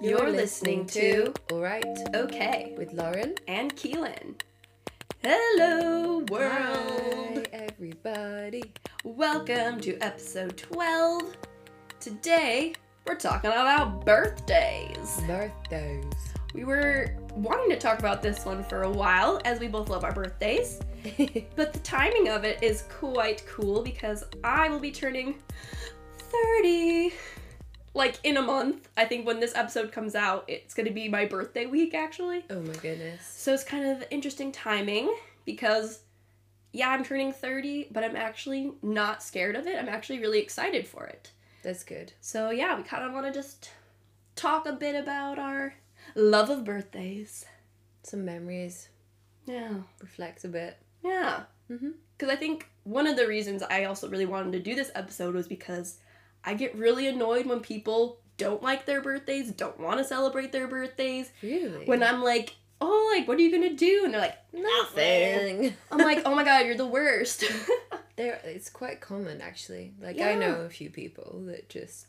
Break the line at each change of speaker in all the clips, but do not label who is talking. You're, listening, to
Alright
Okay
with Lauren.
and Keelan. Hello, world!
Hi, everybody.
Welcome to episode 12. Today, we're talking about birthdays.
Birthdays.
We were wanting to talk about this one for a while as we both love our birthdays, but the timing of it is quite cool because I will be turning 30. Like in a month, I think when this episode comes out, it's gonna be my birthday week actually.
oh my goodness.
So it's kind of interesting timing because, yeah, I'm turning 30, but I'm actually not scared of it. I'm actually really excited for it.
That's good.
So, yeah, we kind of want to just talk a bit about our love of birthdays.
Some memories.
Yeah.
Reflect a bit.
Yeah.
Mhm.
Because I think one of the reasons I also really wanted to do this episode was because I get really annoyed when people don't like their birthdays, don't want to celebrate their birthdays.
Really?
When I'm like, oh, like, what are you going to do? And they're like,
nothing.
I'm like, oh my god, you're the worst.
there, it's quite common actually. Like I
Yeah.
know a few people that just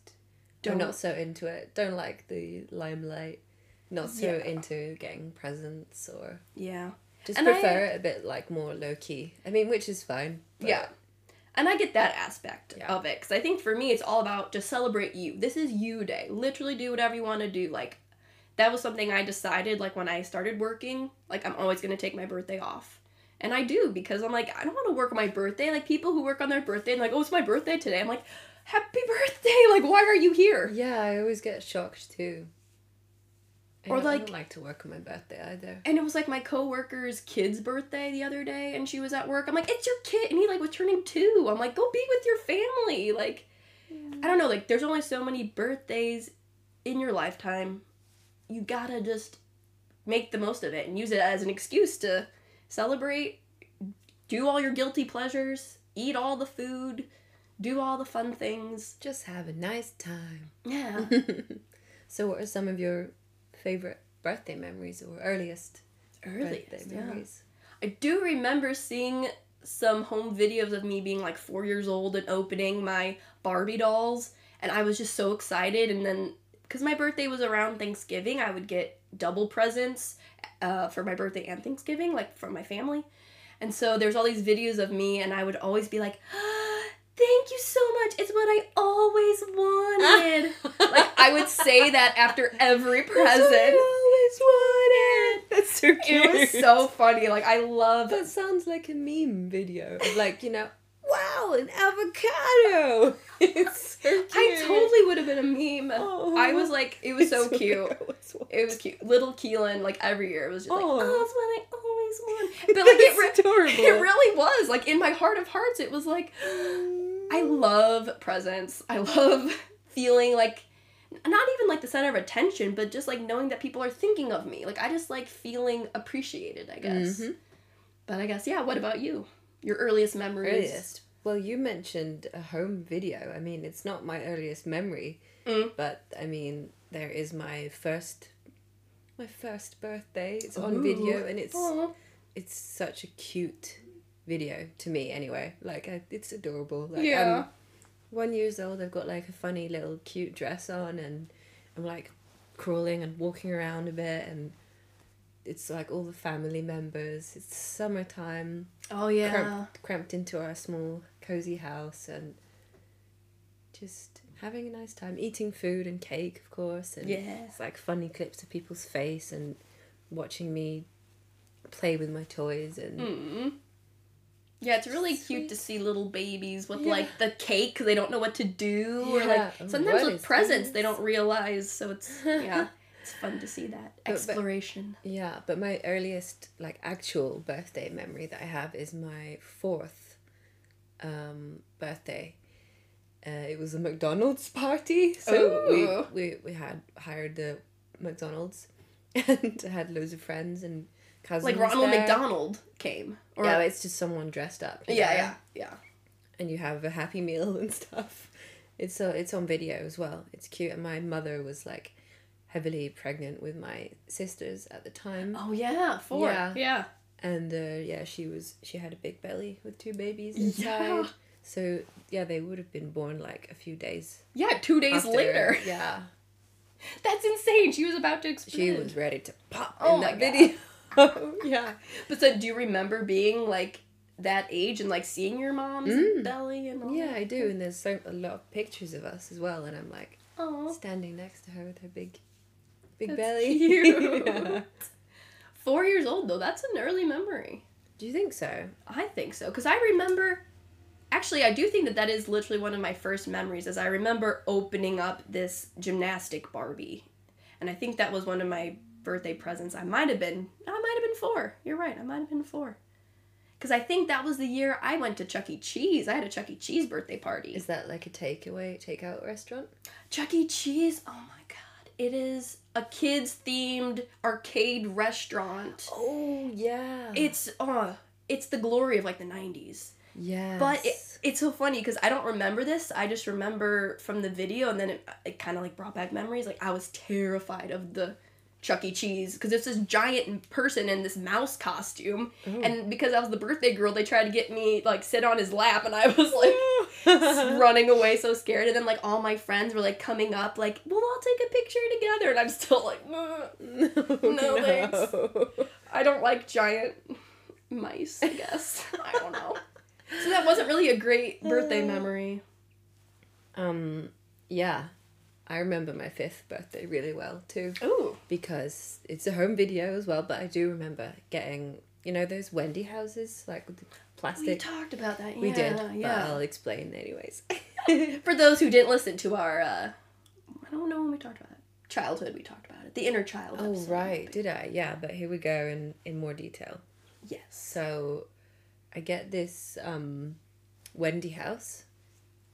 are not so into it. Don't like the limelight. Not so
Yeah.
into getting presents or
Yeah.
just
And I-
prefer it a bit like more low key. I mean, which is fine. but-
Yeah. And I get that aspect
Yeah.
of it because I think for me it's all about just celebrate you. This is you day. Literally do whatever you want to do. Like that was something I decided like when I started working, like I'm always going to take my birthday off. And I do because I'm like I don't want to work on my birthday. Like people who work on their birthday and like, "Oh, it's my birthday today." I'm like, "Happy birthday." Like, why are you here?
Yeah, I always get shocked too. I
Or,
don't, I
like-
don't like to work on my birthday either.
And it was like my coworker's kid's birthday the other day, and she was at work. I'm like, it's your kid, and he like was turning two. I'm like, go be with your family. Like, I don't know. Like, there's only so many birthdays in your lifetime. You gotta just make the most of it and use it as an excuse to celebrate, do all your guilty pleasures, eat all the food, do all the fun things.
Just have a nice time.
Yeah.
so, what are some of your favorite birthday memories or earliest birthday
Earliest. Yeah.
memories?
I do remember seeing some home videos of me being like four years old and opening my Barbie dolls, and I was just so excited. And then, because my birthday was around Thanksgiving, I would get double presents uh, for my birthday and Thanksgiving, like from my family. And so there's all these videos of me, and I would always be like, Thank you so much. It's what I always wanted. like, I would say that after every present.
I always wanted. That's so cute.
It was so funny. Like, I love
That sounds like a meme video of like you know, wow, an avocado. it's so cute.
I totally would have been a meme.
Oh.
I was like, it was so
It's what I
cute.
always wanted.
It was cute. Little Keelan, like every year, it was just like,
Oh.
oh, it's what I always want. But like, it, re-
It's adorable.
it really was. Like in my heart of hearts, it was like, I love presents. I love feeling like, not even like the center of attention, but just like knowing that people are thinking of me. Like I just like feeling appreciated. I guess.
Mhm.
But I guess yeah. What about you? Your earliest memories?
earliest. Well, you mentioned a home video. I mean, it's not my earliest memory,
Mm.
but I mean, there is my first my first birthday. It's on video
Ooh.
and it's
Aw.
it's such a cute video to me anyway. Like I, it's adorable. Like
Yeah.
I'm 1 years old. I've got like a funny little cute dress on and I'm like crawling and walking around a bit and it's like all the family members. It's summertime
Oh yeah.
cramped, cramped into our small cozy house and just having a nice time eating food and cake of course and
Yeah.
it's like funny clips of people's face and watching me play with my toys and
Mm. Yeah, it's really cute
Sweet.
to see little babies with
Yeah.
like the cake 'cause they don't know what to do or
Yeah.
like
Oh,
sometimes
what
with
is
presents they
this?
don't realize. So it's yeah, it's fun to see that
but-
exploration.
yeah but my earliest like actual birthday memory that i have is my fourth um birthday uh, it was a mcdonald's party so
Ooh.
we, we we had hired the mcdonald's and had loads of friends and cousins
like Ronald
there.
McDonald came or
yeah
yeah,
it's just someone dressed up you
yeah,
know?
yeah,
and you have a happy meal and stuff. It's so it's on video as well. It's cute. And my mother was like heavily pregnant with my sisters at the time,
Oh yeah, four. Yeah.
Yeah. and uh, yeah, she was she had a big belly with two babies inside.
Yeah.
So yeah, they would have been born like a few days
Yeah, 2 days
after-
later.
Yeah.
That's insane. She was about to explode.
She was ready to pop
Oh
in
my
that video. yeah.
But so, do you remember being like that age and like seeing your mom's
Mm.
belly and all?
Yeah, I do. And there's so, a lot of pictures of us as well. And I'm like
Oh,
standing next to her with her big, big
That's
belly.
cute.
Yeah.
four years old though. That's an early memory.
Do you think so?
I think so because I remember. Actually, I do think that that is literally one of my first memories. Is I remember opening up this gymnastic Barbie, and I think that was one of my birthday presents. I might have been. I might have been four. You're right. I might have been four. Because I think that was the year I went to Chuck E. Cheese. I had a Chuck E. Cheese birthday party.
Is that like a takeaway, takeout restaurant?
Chuck E. Cheese. Oh my god. It is a kids themed arcade restaurant.
Oh, yeah.
It's uh it's the glory of like the 90s.
Yes.
But it, it's so funny cuz I don't remember this. I just remember from the video and then it, it kind of like brought back memories. Like I was terrified of the Chuck E. Cheese because it's this giant person in this mouse costume,
Ooh.
and because I was the birthday girl, they tried to get me like sit on his lap, and I was like, running away so scared and then like all my friends were like coming up like we'll all take a picture together and i'm still like "Ugh,
No,
No, thanks. i don't like giant mice i guess i don't know so that wasn't really a great birthday
Uh.
memory
Um, yeah. I remember my fifth birthday really well too
ooh
because it's a home video as well. But I do remember getting, you know, those Wendy houses like with the
we
plastic.
talked about that Oh, yeah,
We did,
yeah
but I'll explain anyways.
for those who didn't listen to our uh i don't know when we talked about it childhood we talked about it the inner child
oh
episode.
right, did I? Yeah, but here we go in in more detail.
yes
So, I get this um, Wendy house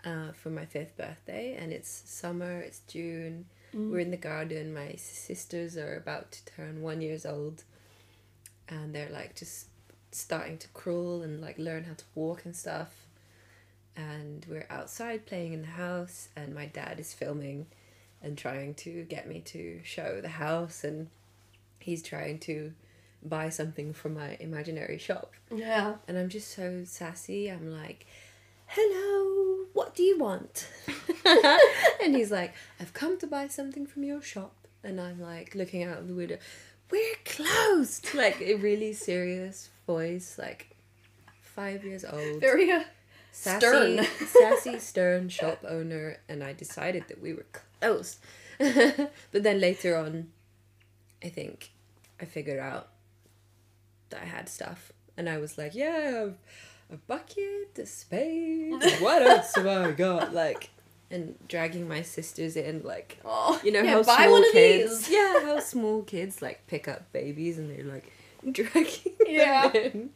uh, for my fifth birthday, and it's summer. It's June. We're in the garden. My sisters are about to turn one years old, and they're like just starting to crawl and like learn how to walk and stuff. And we're outside playing in the house, and my dad is filming and trying to get me to show the house, and he's trying to buy something from my imaginary shop.
yeah
And I'm just so sassy. I'm like, hello, what do you want? and he's like, I've come to buy something from your shop. And I'm like, looking out of the window, we're closed. Like, a really serious voice, like five years old.
very uh,
sassy,
stern.
sassy, stern shop owner. And I decided that we were closed. but then later on, I think I figured out that I had stuff. And I was like, yeah, a bucket, a spade, what else have I got? Like, and dragging my sisters in, like,
oh
you know
yeah,
how
buy
small
one of
kids,
these
yeah, how small kids like pick up babies and they're like dragging
Yeah.
them in.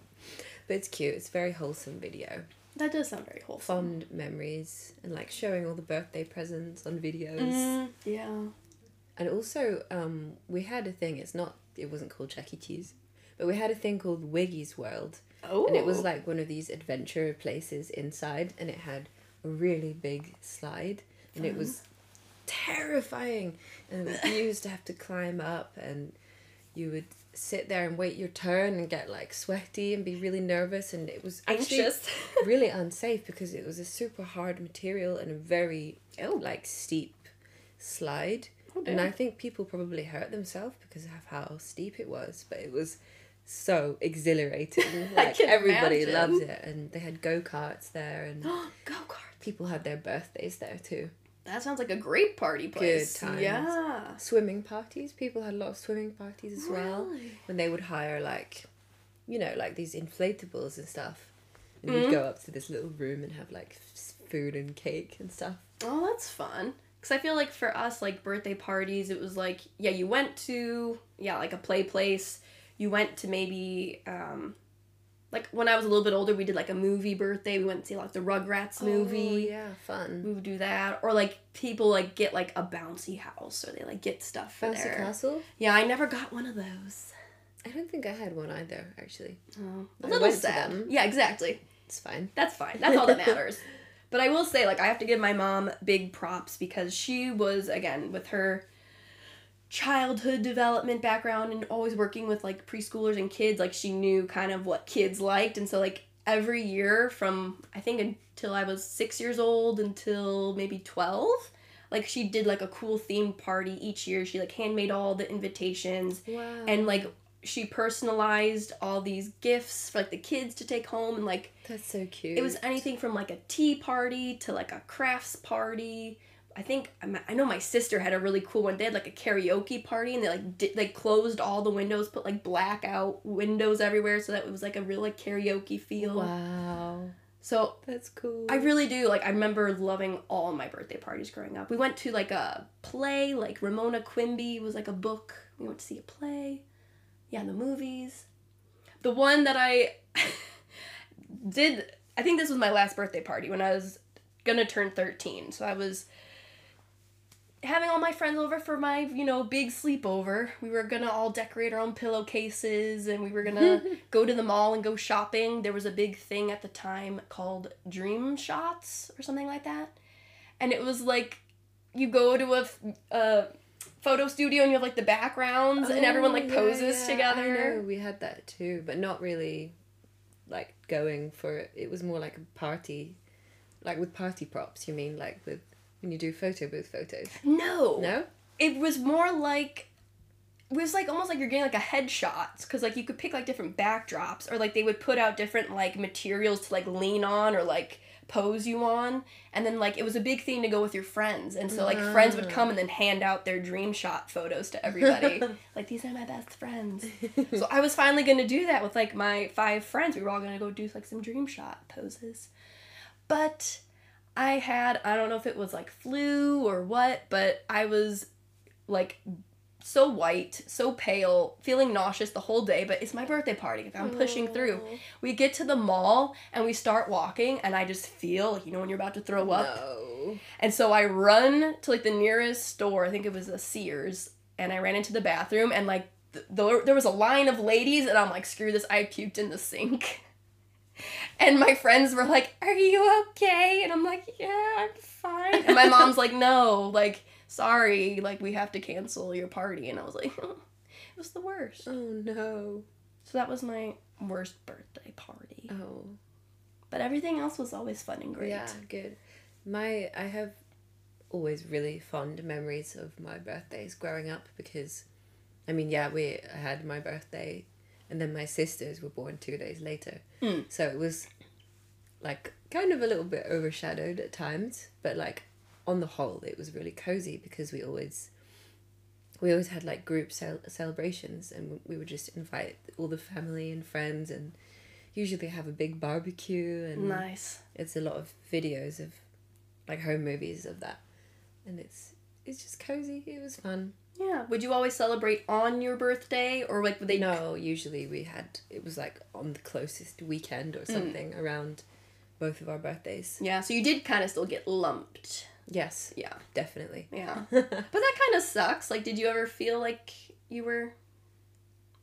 But it's cute. It's a very wholesome video.
that does sound very wholesome
Fond memories and like showing all the birthday presents on videos.
Mm, yeah
And also, um, we had a thing. It's not. It wasn't called Chuck E. Cheese, but we had a thing called Wiggy's World,
Oh.
and it was like one of these adventure places inside, and it had a really big slide, and it was terrifying. And you used to have to climb up, and you would sit there and wait your turn, and get like sweaty and be really nervous, and it was actually
anxious.
really unsafe because it was a super hard material and a very like steep slide. And I think people probably hurt themselves because of how steep it was, but it was so exhilarating.
I
Like
can
everybody
imagine.
loved it, and they had go karts there, and
go kart.
people had their birthdays there too.
That sounds like a great party place.
times.
Yeah.
Swimming parties, people had a lot of swimming parties as well.
Really?
When they would hire like, you know, like these inflatables and stuff, and
Mm-hmm.
you'd go up to this little room and have like f- food and cake and stuff.
Oh, that's fun. Cause I feel like for us, like birthday parties, it was like yeah, you went to yeah, like a play place. You went to maybe um, like when I was a little bit older, we did like a movie birthday. We went to see like the Rugrats movie.
Oh, yeah, fun.
We would do that, or like people like get like a bouncy house, or they like get stuff for
Bouncy
there.
Castle?
Yeah, I never got one of those.
I don't think I had one either, actually.
Oh, a
I
little
went to
sad.
them.
Yeah, exactly.
It's fine.
That's fine. That's all that matters. but I will say, like, I have to give my mom big props because she was, again, with her childhood development background and always working with, like, preschoolers and kids, like, she knew kind of what kids liked. And so, like, every year from, I think, until I was six years old until maybe 12, like she did like a cool themed party each year. She like handmade all the invitations
Wow.
and like she personalized all these gifts for like the kids to take home and like
that's so cute.
it was anything from like a tea party to like a crafts party. I think I'm- I know my sister had a really cool one. They had like a karaoke party, and they like di- they closed all the windows, put like blackout windows everywhere, so that it was like a real like karaoke feel.
Wow.
So
That's cool.
I really do like. I remember loving all my birthday parties growing up. We went to like a play, like Ramona Quimby was like a book. We went to see a play. Yeah, the movies. The one that I did. I think this was my last birthday party when I was gonna turn thirteen. So I was having all my friends over for my you know big sleepover. We were gonna all decorate our own pillowcases and we were gonna go to the mall and go shopping. There was a big thing at the time called Dream Shots or something like that. And it was like you go to a, f- a photo studio and you have like the backgrounds and everyone like
Oh, yeah,
poses
yeah,
together.
I know, we had that too, but not really like going for it. It was more like a party, like with party props, you mean, like with when you do photo booth photos.
No.
No?
It was more like it was like almost like you're getting like a headshot because like you could pick like different backdrops or like they would put out different like materials to like lean on or like pose you on and then like it was a big thing to go with your friends and so like friends would come and then hand out their dream shot photos to everybody like these are my best friends so i was finally going to do that with like my five friends we were all going to go do like some dream shot poses but i had i don't know if it was like flu or what but i was like so white, so pale, feeling nauseous the whole day, but it's my birthday party. I'm pushing through. We get to the mall and we start walking, and I just feel like, you know, when you're about to throw up.
No.
And so I run to like the nearest store, I think it was a Sears, and I ran into the bathroom, and like th- there- there was a line of ladies, and I'm like, screw this, I puked in the sink. And my friends were like, Are you okay? And I'm like, Yeah, I'm fine. And my mom's like, No, like, sorry, like, we have to cancel your party. And I was like, It was the worst.
Oh no.
So that was my worst birthday party.
Oh.
But everything else was always fun and great.
Yeah, good. My I have always really fond memories of my birthdays growing up because I mean, yeah, we I had my birthday and then my sisters were born 2 days later.
Mm.
So it was like kind of a little bit overshadowed at times, but like on the whole it was really cozy because we always we always had like group cel- celebrations and we would just invite all the family and friends and usually have a big barbecue and
Nice.
it's a lot of videos of like home movies of that and it's it's just cozy it was fun
Yeah. Would you always celebrate on your birthday or like would they
no usually we had it was like on the closest weekend
Mm.
or something around both of our birthdays
Yeah, so you did kind of still get lumped.
yes
Yeah.
definitely
Yeah. But that kind of sucks. Like did you ever feel like you were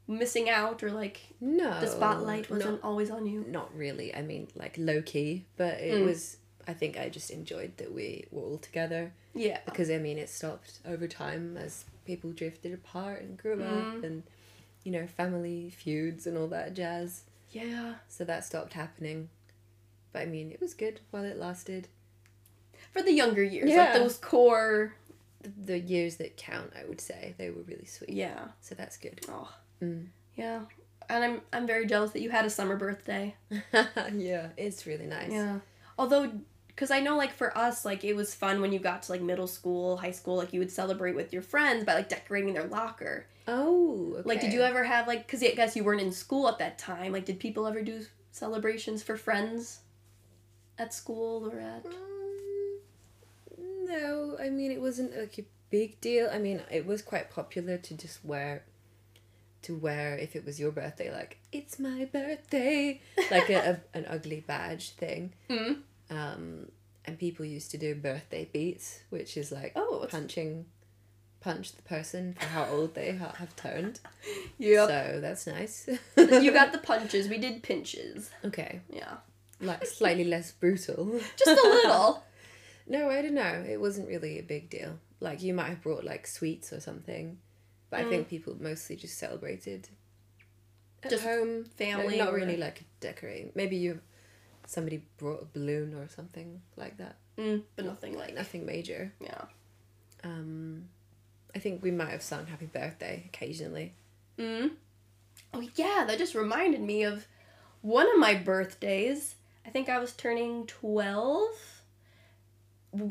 missing out or like
no
the spotlight wasn't
not,
always on you?
not really i mean like low-key but it
Mm.
was i think i just enjoyed that we were all together
Yeah.
because I mean it stopped over time as people drifted apart and grew
Mm.
up and you know family feuds and all that jazz.
Yeah.
So that stopped happening. But I mean it was good while it lasted.
For the younger years, like
Yeah.
those core
The, the years that count, I would say, they were really sweet.
Yeah.
So that's good.
Oh.
Mm.
Yeah. And I'm I'm very jealous that you had a summer birthday.
yeah, it's really nice.
Yeah. Although, because I know, like, for us, like, it was fun when you got to, like, middle school, high school, like, you would celebrate with your friends by, like, decorating their locker.
Oh,
Like, did
okay.
you ever have, like, because I guess you weren't in school at that time, like, did people ever do celebrations for friends at school or at.
Um, no, I mean it wasn't like a big deal. I mean it was quite popular to just wear, to wear if it was your birthday, like it's my birthday, like a, a, an ugly badge thing.
Mm.
Um, and people used to do birthday beats, which is like
Oh, it's-
punching, punch the person for how old they ha- have turned. So that's nice.
you got the punches. We did pinches.
okay,
Yeah.
like slightly less brutal.
Just a little.
No, I don't know. It wasn't really a big deal. Like you might have brought like sweets or something, but I think people mostly just celebrated at
Mm. Just
home,
family
No, not
or-
really like decorating. Maybe you, somebody brought a balloon or something like that.
Mm, but nothing like.
Nothing major.
Yeah.
Um, I think we might have sung Happy Birthday occasionally.
Mm. Oh yeah, that just reminded me of one of my birthdays. I think I was turning twelve.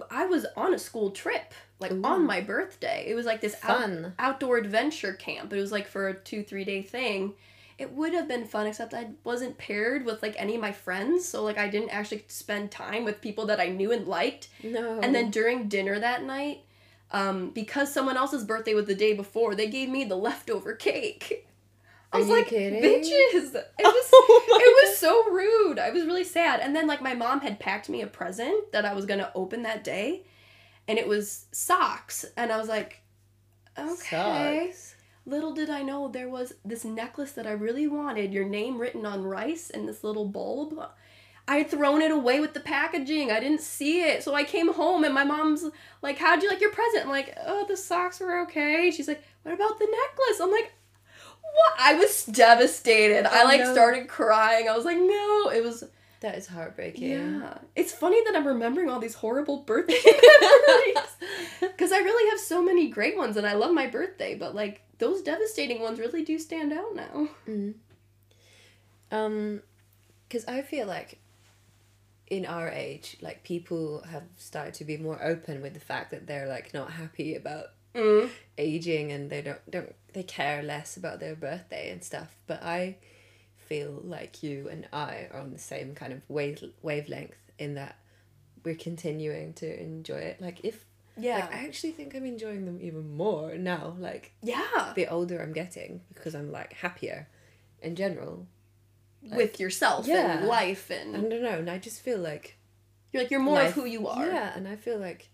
I was on a school trip, like
Ooh.
on my birthday. It was like this out-
Fun.
outdoor adventure camp. It was like for a two three day thing. It would have been fun, except I wasn't paired with like any of my friends, so like I didn't actually spend time with people that I knew and liked.
No.
And then during dinner that night, um, because someone else's birthday was the day before, they gave me the leftover cake. I
Are
was
you
like,
kidding?
bitches. It was,
Oh my
it was so rude. I was really sad. And then, like, my mom had packed me a present that I was going to open that day, and it was socks. And I was like, okay.
Sucks.
Little did I know there was this necklace that I really wanted, your name written on rice and this little bulb. I had thrown it away with the packaging. I didn't see it. So I came home and my mom's like, How'd you like your present? I'm like, Oh, the socks were okay. She's like, What about the necklace? I'm like, What? I was devastated. I
Oh,
like
no.
started crying. I was like, No. It was,
That is heartbreaking.
yeah. It's funny that I'm remembering all these horrible birthday memories. Because I really have so many great ones and I love my birthday, but like those devastating ones really do stand out now.
Mm. Um, because I feel like in our age, like people have started to be more open with the fact that they're like not happy about Mm-hmm.
Mm.
aging and they don't don't they care less about their birthday and stuff. But I feel like you and I are on the same kind of wave wavelength in that we're continuing to enjoy it. Like if
Yeah.
like I actually think I'm enjoying them even more now. Like
yeah.
the older I'm getting because I'm like happier in general. Like-
With yourself
Yeah.
and life and,
I don't know, and I just feel like
you're like you're more
life-
of who you are.
Yeah, and I feel like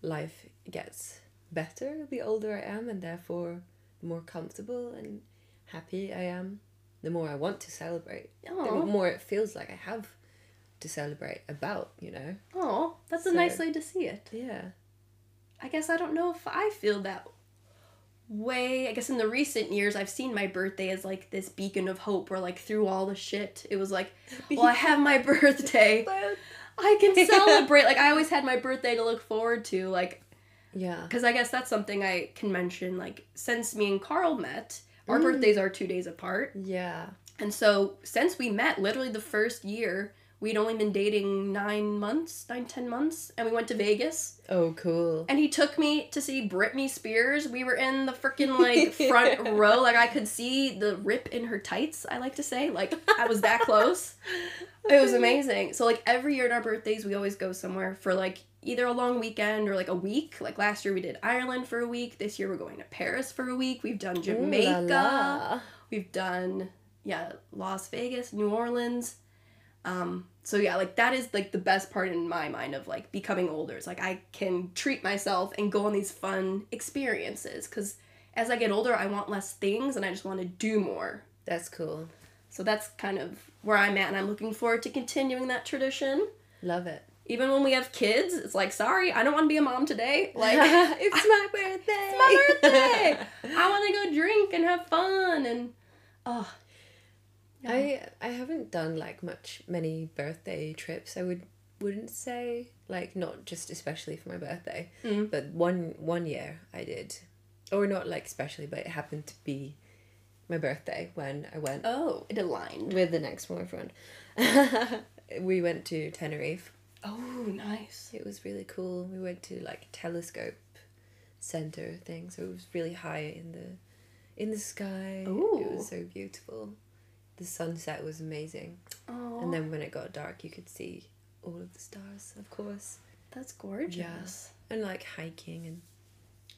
life gets better the older I am, and therefore the more comfortable and happy I am, the more I want to celebrate, the
Oh,
more it feels like I have to celebrate about. You know?
oh, that's a
So-
nice way to see it.
Yeah.
I guess I don't know if I feel that way. I guess in the recent years, I've seen my birthday as like this beacon of hope, where like through all the shit, it was like, well, I have my birthday. I can celebrate. like I always had my birthday to look forward to. Like
Yeah.
because I guess that's something I can mention. Like since me and Carl met, our
Mm.
birthdays are two days apart,
Yeah.
and so since we met, literally the first year. We'd only been dating nine months, nine, ten months, and we went to Vegas
Oh, cool.
and he took me to see Britney Spears. We were in the freaking like front row, like I could see the rip in her tights. I like to say, like I was that close. It was amazing. So like every year at our birthdays, we always go somewhere for like either a long weekend or like a week. Like last year we did Ireland for a week. This year we're going to Paris for a week. We've done
Ooh la
Jamaica.
la.
We've done yeah, Las Vegas, New Orleans. Um so yeah, like that is like the best part in my mind of like becoming older. It's like I can treat myself and go on these fun experiences cuz as I get older, I want less things and I just want to do more.
That's cool.
So that's kind of where I'm at and I'm looking forward to continuing that tradition.
Love it.
Even when we have kids, it's like, "Sorry, I don't want to be a mom today." Like
it's my birthday.
It's my birthday. I want to go drink and have fun and oh. Yeah.
I I haven't done like much many birthday trips. I would wouldn't say like not just especially for my birthday,
Mm.
but one one year I did, or not like especially, but it happened to be my birthday when I went
Oh, it aligned.
with the next boyfriend. we went to Tenerife.
Oh, nice.
It was really cool. We went to like telescope center thing, so it was really high in the in the sky. It
Ooh.
was so beautiful. The sunset was amazing.
Oh,
And then when it got dark, you could see all of the stars, of course.
that's gorgeous.
And like hiking and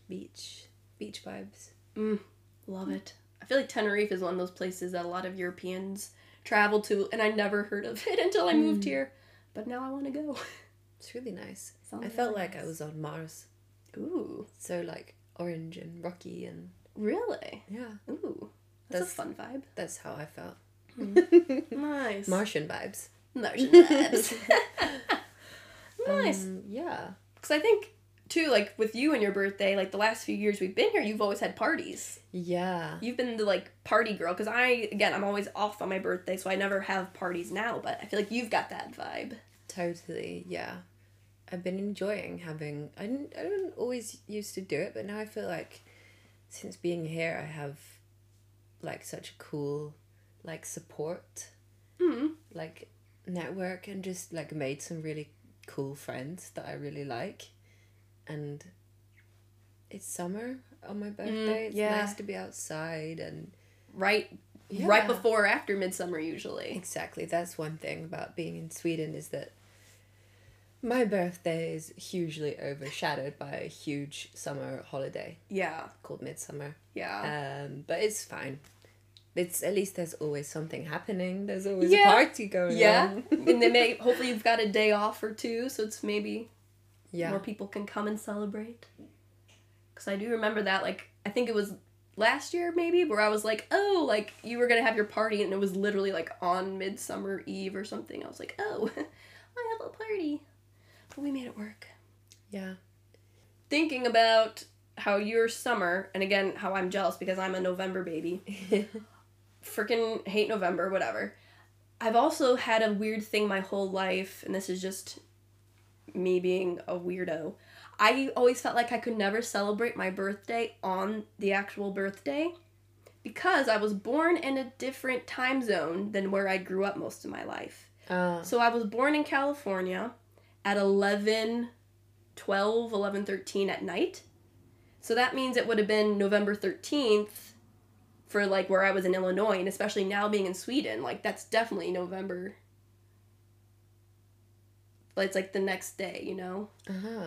beach, beach vibes.
Mm, Love it. I feel like Tenerife is one of those places that a lot of Europeans travel to, and I never heard of it until I moved here. But now I want to go.
It's really nice. I
Sounds
felt
really
like I was on Mars.
Ooh,
So like orange and rocky and
really?
yeah,
Ooh, that's,
That's-
a fun vibe.
that's how I felt.
Hmm. Nice.
Martian vibes.
Martian vibes. nice.
Um, yeah.
Because I think too, like with you and your birthday, like the last few years we've been here, you've always had parties.
Yeah.
You've been the like party girl because I again I'm always off on my birthday, so I never have parties now. But I feel like you've got that vibe.
Totally. Yeah. I've been enjoying having. I didn't, I don't always used to do it, but now I feel like since being here, I have like such a cool like support
Mm.
like network and just like made some really cool friends that I really like, and it's summer on my birthday. it's
Mm, yeah.
nice to be outside and
Right right
Yeah.
before or after midsummer usually.
Exactly. That's one thing about being in Sweden is that my birthday is hugely overshadowed by a huge summer holiday
Yeah.
called midsummer.
Yeah.
Um, but it's fine. It's at least there's always something happening. There's always
Yeah.
a party going
yeah.
on.
and then may hopefully you've got a day off or two so it's maybe
yeah.
more people can come and celebrate. Cuz I do remember that like I think it was last year maybe where I was like, "Oh, like you were going to have your party and it was literally like on midsummer eve or something." I was like, "Oh, I have a party." But we made it work.
Yeah.
Thinking about how your summer and again how I'm jealous because I'm a November baby. freaking hate November, whatever. I've also had a weird thing my whole life, and this is just me being a weirdo. I always felt like I could never celebrate my birthday on the actual birthday because I was born in a different time zone than where I grew up most of my life.
uh,
So I was born in California at 11, 12, 11, 13 at night. So that means it would have been November 13th for like where I was in Illinois and especially now being in Sweden, like that's definitely November. But it's like the next day, you know,
uh-huh.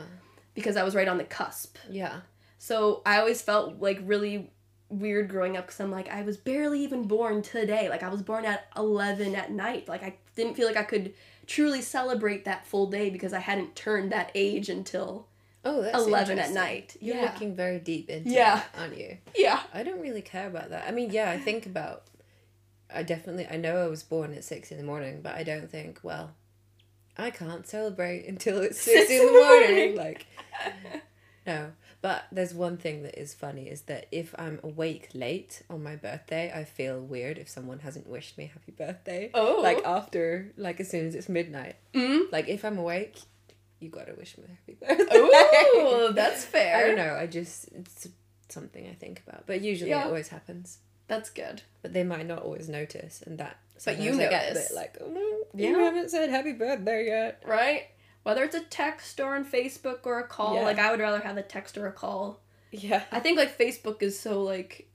because I was right on the cusp.
Yeah.
So I always felt like really weird growing up because I'm like, I was barely even born today. Like, I was born at 11 at night. Like, I didn't feel like I could truly celebrate that full day because I hadn't turned that age until.
Oh, that's
11 at
interesting.
night.
You're
Yeah.
looking very deep into
Yeah.
it, aren't you?
Yeah.
I don't really care about that. I mean, yeah, I think about. I definitely. I know I was born at six in the morning, but I don't think. Well, I can't celebrate until it's six, in the morning. Like, no. But there's one thing that is funny is that if I'm awake late on my birthday, I feel weird if someone hasn't wished me happy birthday.
Oh.
Like after, like as soon as it's midnight.
Mm.
Like if I'm awake, you gotta wish me happy birthday.
Ooh, that's fair.
I don't know. I just it's something I think about, but usually
Yeah.
it always happens.
That's good.
But they might not always notice, and that.
But you
sometimes I get a
notice.
bit like, oh, no,
Yeah.
you haven't said happy birthday yet.
Right? Whether it's a text or on Facebook or a call,
Yeah.
like, I would rather have a text or a call.
Yeah.
I think, like, Facebook is so, like,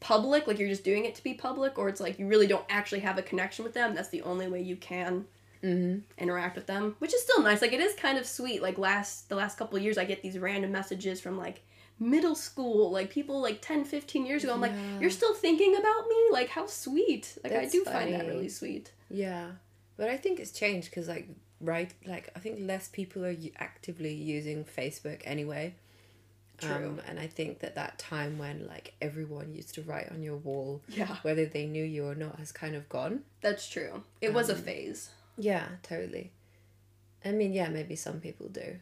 public, like, you're just doing it to be public, or it's like you really don't actually have a connection with them. That's the only way you can
Mm-hmm.
interact with them, which is still nice. Like it is kind of sweet. Like last the last couple of years I get these random messages from like middle school, like people like 10, 15 years ago. I'm like,
Yeah.
"You're still thinking about me?" Like how sweet. Like I
That's
do find that
funny.
really sweet.
Yeah, but I think it's changed because like right, like I think less people are u- actively using Facebook anyway. Um,
True.
and I think that that time when like everyone used to write on your wall,
Yeah.
whether they knew you or not, has kind of gone.
That's true. It was a
Um,
phase.
Yeah, totally. I mean, yeah, maybe some people do,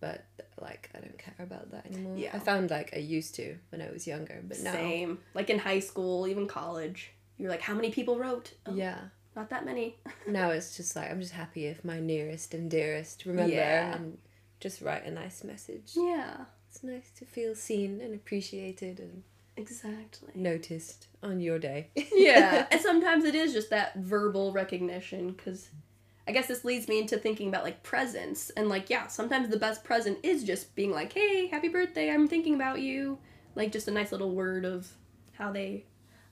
but like I don't care about that anymore.
Yeah.
I found like I used to when I was younger, but now
Same. Like in high school, even college. You're like, "How many people wrote?" Oh,
yeah,
Not that many.
now it's just like I'm just happy if my nearest and dearest remember
Yeah.
and just write a nice message.
Yeah.
It's nice to feel seen and appreciated and
Exactly.
noticed on your day.
yeah and sometimes it is just that verbal recognition because i guess this leads me into thinking about like presents and like yeah sometimes the best present is just being like hey happy birthday i'm thinking about you like just a nice little word of how they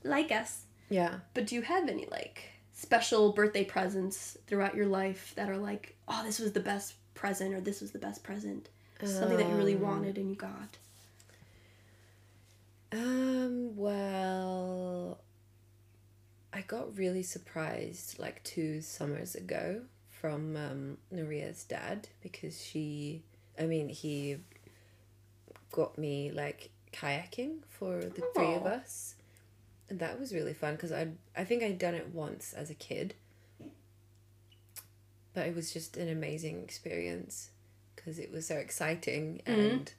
like us
yeah.
but do you have any like special birthday presents throughout your life that are like oh this was the best present or this was the best present something that you really
Um,
wanted and you got
Um, well, I got really surprised like two summers ago from um, Nuria's dad because she, I mean, he got me like kayaking for the three of
Aw.
us. And that was really fun because I I think I'd done it once as a kid. But it was just an amazing experience because it was so exciting
Mm-hmm.
and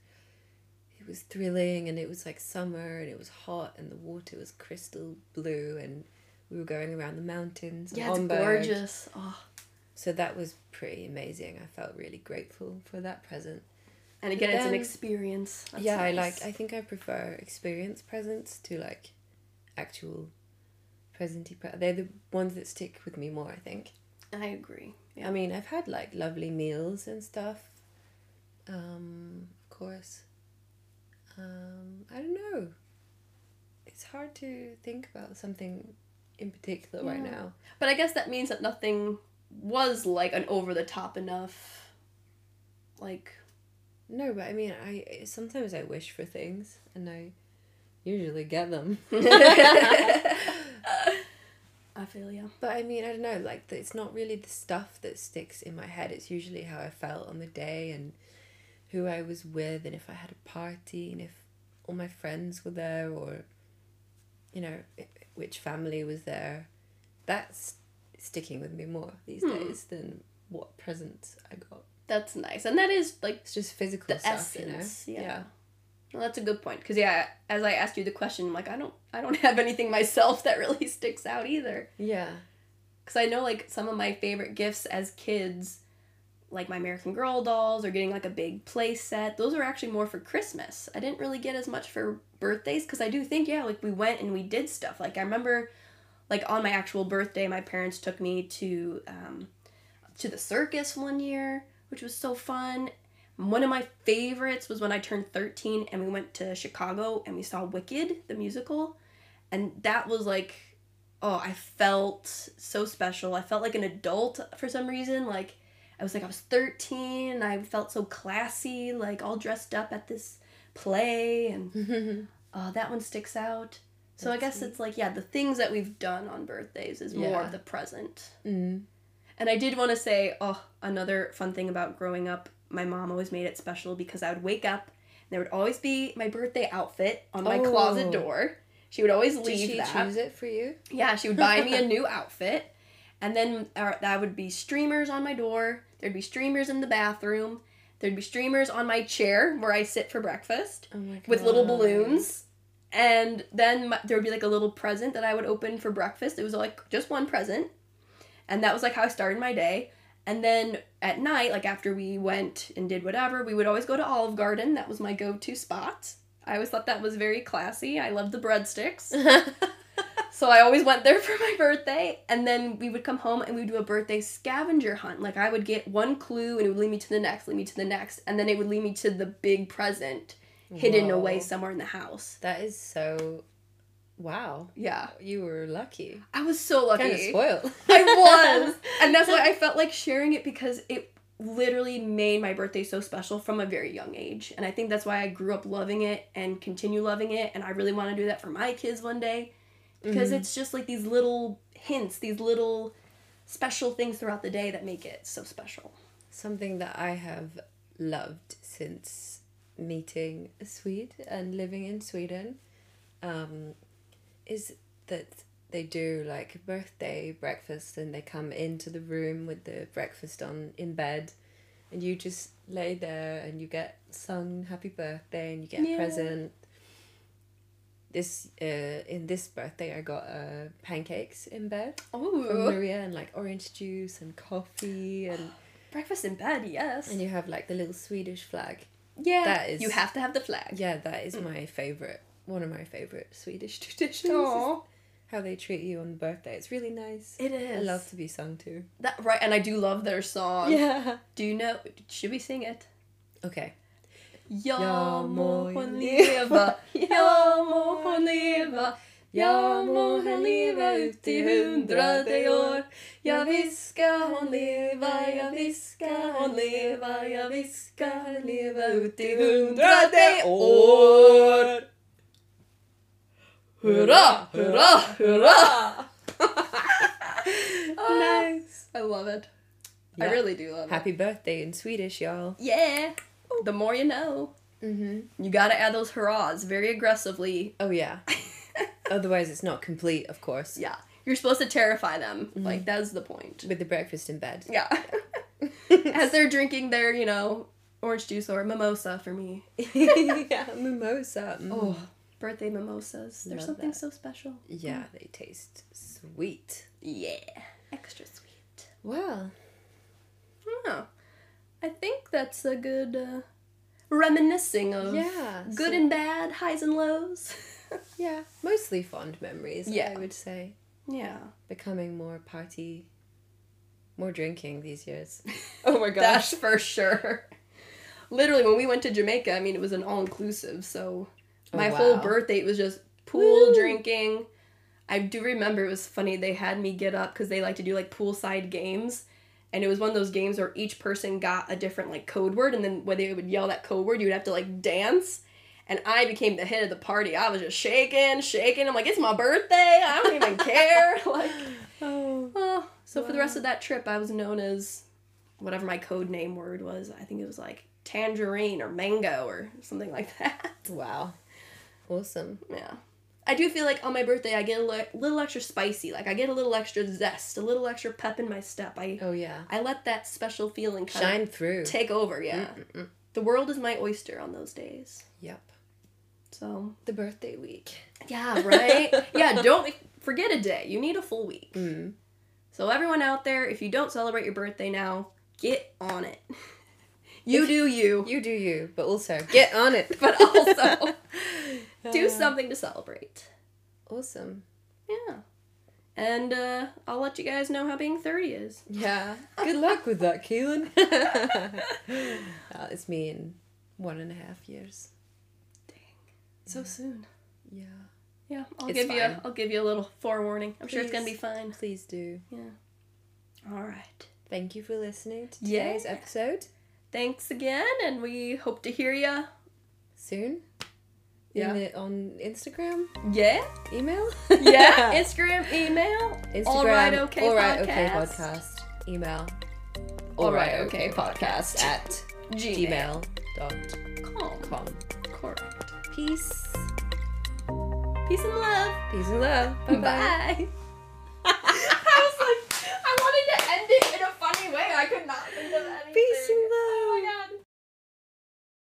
it was thrilling and it was like summer and it was hot and the water was crystal blue and we were going around the mountains. in
yeah it's
Homburg.
gorgeous oh
So that was pretty amazing. I felt really grateful for that present.
And again, it's an
then-
experience. That's
yeah, I
nice.
like I think I prefer experience presents to like actual presenty pre- they're the ones that stick with me more, I think.
I agree. Yeah.
I mean, I've had like lovely meals and stuff. Um, of course. Um, I don't know. It's hard to think about something in particular right
Yeah.
now.
But I guess that means that nothing was like an over the top enough, like
No, but I mean, I sometimes I wish for things and I usually get them.
I feel yeah.
But I mean, I don't know, like, the- it's not really the stuff that sticks in my head. It's usually how I felt on the day and who I was with and if I had a party and if all my friends were there or, you know, i- which family was there. That's sticking with me more these
Hmm.
days than what presents I got.
That's nice, and that is like
It's just physical
the
stuff,
essence.
you know?
Yeah. Well, that's a good point because yeah, as I asked you the question, I'm like I don't I don't have anything myself that really sticks out either.
Yeah.
Because I know like some of my favorite gifts as kids, like my American Girl dolls or getting like a big play set. Those are actually more for Christmas. I didn't really get as much for birthdays because I do think yeah, like we went and we did stuff. Like I remember, like on my actual birthday, my parents took me to um, to the circus one year, which was so fun. One of my favorites was when I turned 13 and we went to Chicago and we saw Wicked, the musical. And that was like, oh, I felt so special. I felt like an adult for some reason. Like, I was like, I was 13. I felt so classy, like all dressed up at this play. And
Yeah.
oh, that one sticks out. So I
That's
guess
sweet.
it's like, yeah, the things that we've done on birthdays is more
Yeah.
of the present.
mm.
And I did want to say, oh, another fun thing about growing up, my mom always made it special because I would wake up and there would always be my birthday outfit on my
Oh.
closet door. She would always
Did
leave
she
that.
choose it for you?
Yeah, she would buy me a new outfit. And then uh, that would be streamers on my door. There'd be streamers in the bathroom. There'd be streamers on my chair where I sit for breakfast
Oh my God.
with little balloons. And then my, there would be like a little present that I would open for breakfast. It was like just one present. And that was like how I started my day. And then at night, like after we went and did whatever, we would always go to Olive Garden. That was my go to spot. I always thought that was very classy. I loved the breadsticks. So I always went there for my birthday, and then we would come home and we would do a birthday scavenger hunt. Like I would get one clue, and it would lead me to the next, lead me to the next, and then it would lead me to the big present hidden
Whoa.
away somewhere in the house.
That is so. Wow.
Yeah,
You were lucky.
I was so lucky.
Kind of spoiled.
I was, and that's why I felt like sharing it because it literally made my birthday so special from a very young age, and I think that's why I grew up loving it and continue loving it, and I really want to do that for my kids one day. because
Mm-hmm.
it's just like these little hints, these little special things throughout the day that make it so special.
something that I have loved since meeting a Swede and living in Sweden um, is that they do like a birthday breakfast and they come into the room with the breakfast on in bed and you just lay there and you get sung happy birthday and you get
Yeah.
a present this uh, in this birthday I got uh, pancakes in bed from
Oh,
Maria and like orange juice and coffee and
breakfast in bed, yes.
and you have like the little Swedish flag. Mm.
yeah,
that is-
you have to have the flag.
Yeah, that is my favorite. One of my favorite Swedish traditions. is
Oh,
How they treat you on birthday. It's really nice.
it is.
I love to be sung to.
that, right? And I do love their song.
Yeah.
Do you know? Should we sing it?
Okay.
Jag må hon leva,
leva.
jag må hon leva, jag må hon leva ut i hundrade år.
Ja visst ska hon leva, ja visst ska hon leva, ja visst ska hon leva ut i hundrade år.
Hurra, hurra, hurra!
Nice.
I love it. I
Yeah.
really do love
Happy birthday in Swedish, y'all.
it. Yeah. The more you know.
Mm-hmm.
You gotta add those hurrahs very aggressively.
Oh yeah. Otherwise, it's not complete, of course.
yeah. You're supposed to terrify them.
Mm-hmm.
Like, that's the point.
With the breakfast in bed.
Yeah. As they're drinking their, you know, orange juice or mimosa for me.
yeah, mimosa. mm.
Oh, birthday mimosas. There's
Love
something
that.
so special.
Yeah, they taste sweet.
Yeah. Extra sweet.
Well,
Oh, I think that's a good uh, reminiscing of
Yeah,
good
so-
and bad, highs and lows.
Yeah, mostly fond memories.
Yeah.
I would say
yeah.
becoming more party, more drinking these years. oh my gosh.
That's for sure. Literally, when we went to Jamaica, I mean, it was an all inclusive, so
Oh,
my whole
wow.
birthday it was just pool
Woo.
drinking. I do remember it was funny. They had me get up because they like to do like poolside games, and it was one of those games where each person got a different like code word, and then when they would yell that code word, you would have to like dance. And I became the hit of the party. I was just shaking, shaking. I'm like, it's my birthday. I don't even care. Like,
oh.
Oh, so for the rest
Wow.
of that trip, I was known as whatever my code name word was. I think it was like tangerine or mango or something like that.
Wow. Awesome.
Yeah. I do feel like on my birthday, I get a li- little extra spicy. Like, I get a little extra zest, a little extra pep in my step. I,
Oh yeah.
I let that special feeling kind
Shine through.
of take over, yeah.
Mm-mm-mm.
The world is my oyster on those days.
Yep.
So,
The birthday week.
yeah, right? yeah, don't forget a day. You need a full week.
Mm.
So everyone out there, if you don't celebrate your birthday now, get on it. You do you,
You do you, but also get on it.
but also do
Uh,
something to celebrate.
Awesome.
Yeah. And uh, I'll let you guys know how being 30 is.
Yeah. Good luck with that, Keelan. uh, it's me in one and a half years.
So soon.
Yeah.
Yeah, I'll
It's
give you a,
fine.
I'll give you a little forewarning. I'm sure it's going to be
Please.
fine.
Please do.
All right.
Thank you for listening to today's
Yeah.
episode.
Thanks again and we hope to hear you.
Soon.
Yeah.
In the, on Instagram,
Yeah.
email.
Yeah. Instagram, email.
Instagram.
All Right Okay
All right, okay,
Podcast.
podcast. Email.
All Right Okay Podcast.
at
Gmail.
gmail.com.
Calm. Correct.
Peace.
Peace and love.
Peace and love. Bye bye.
Bye. Oh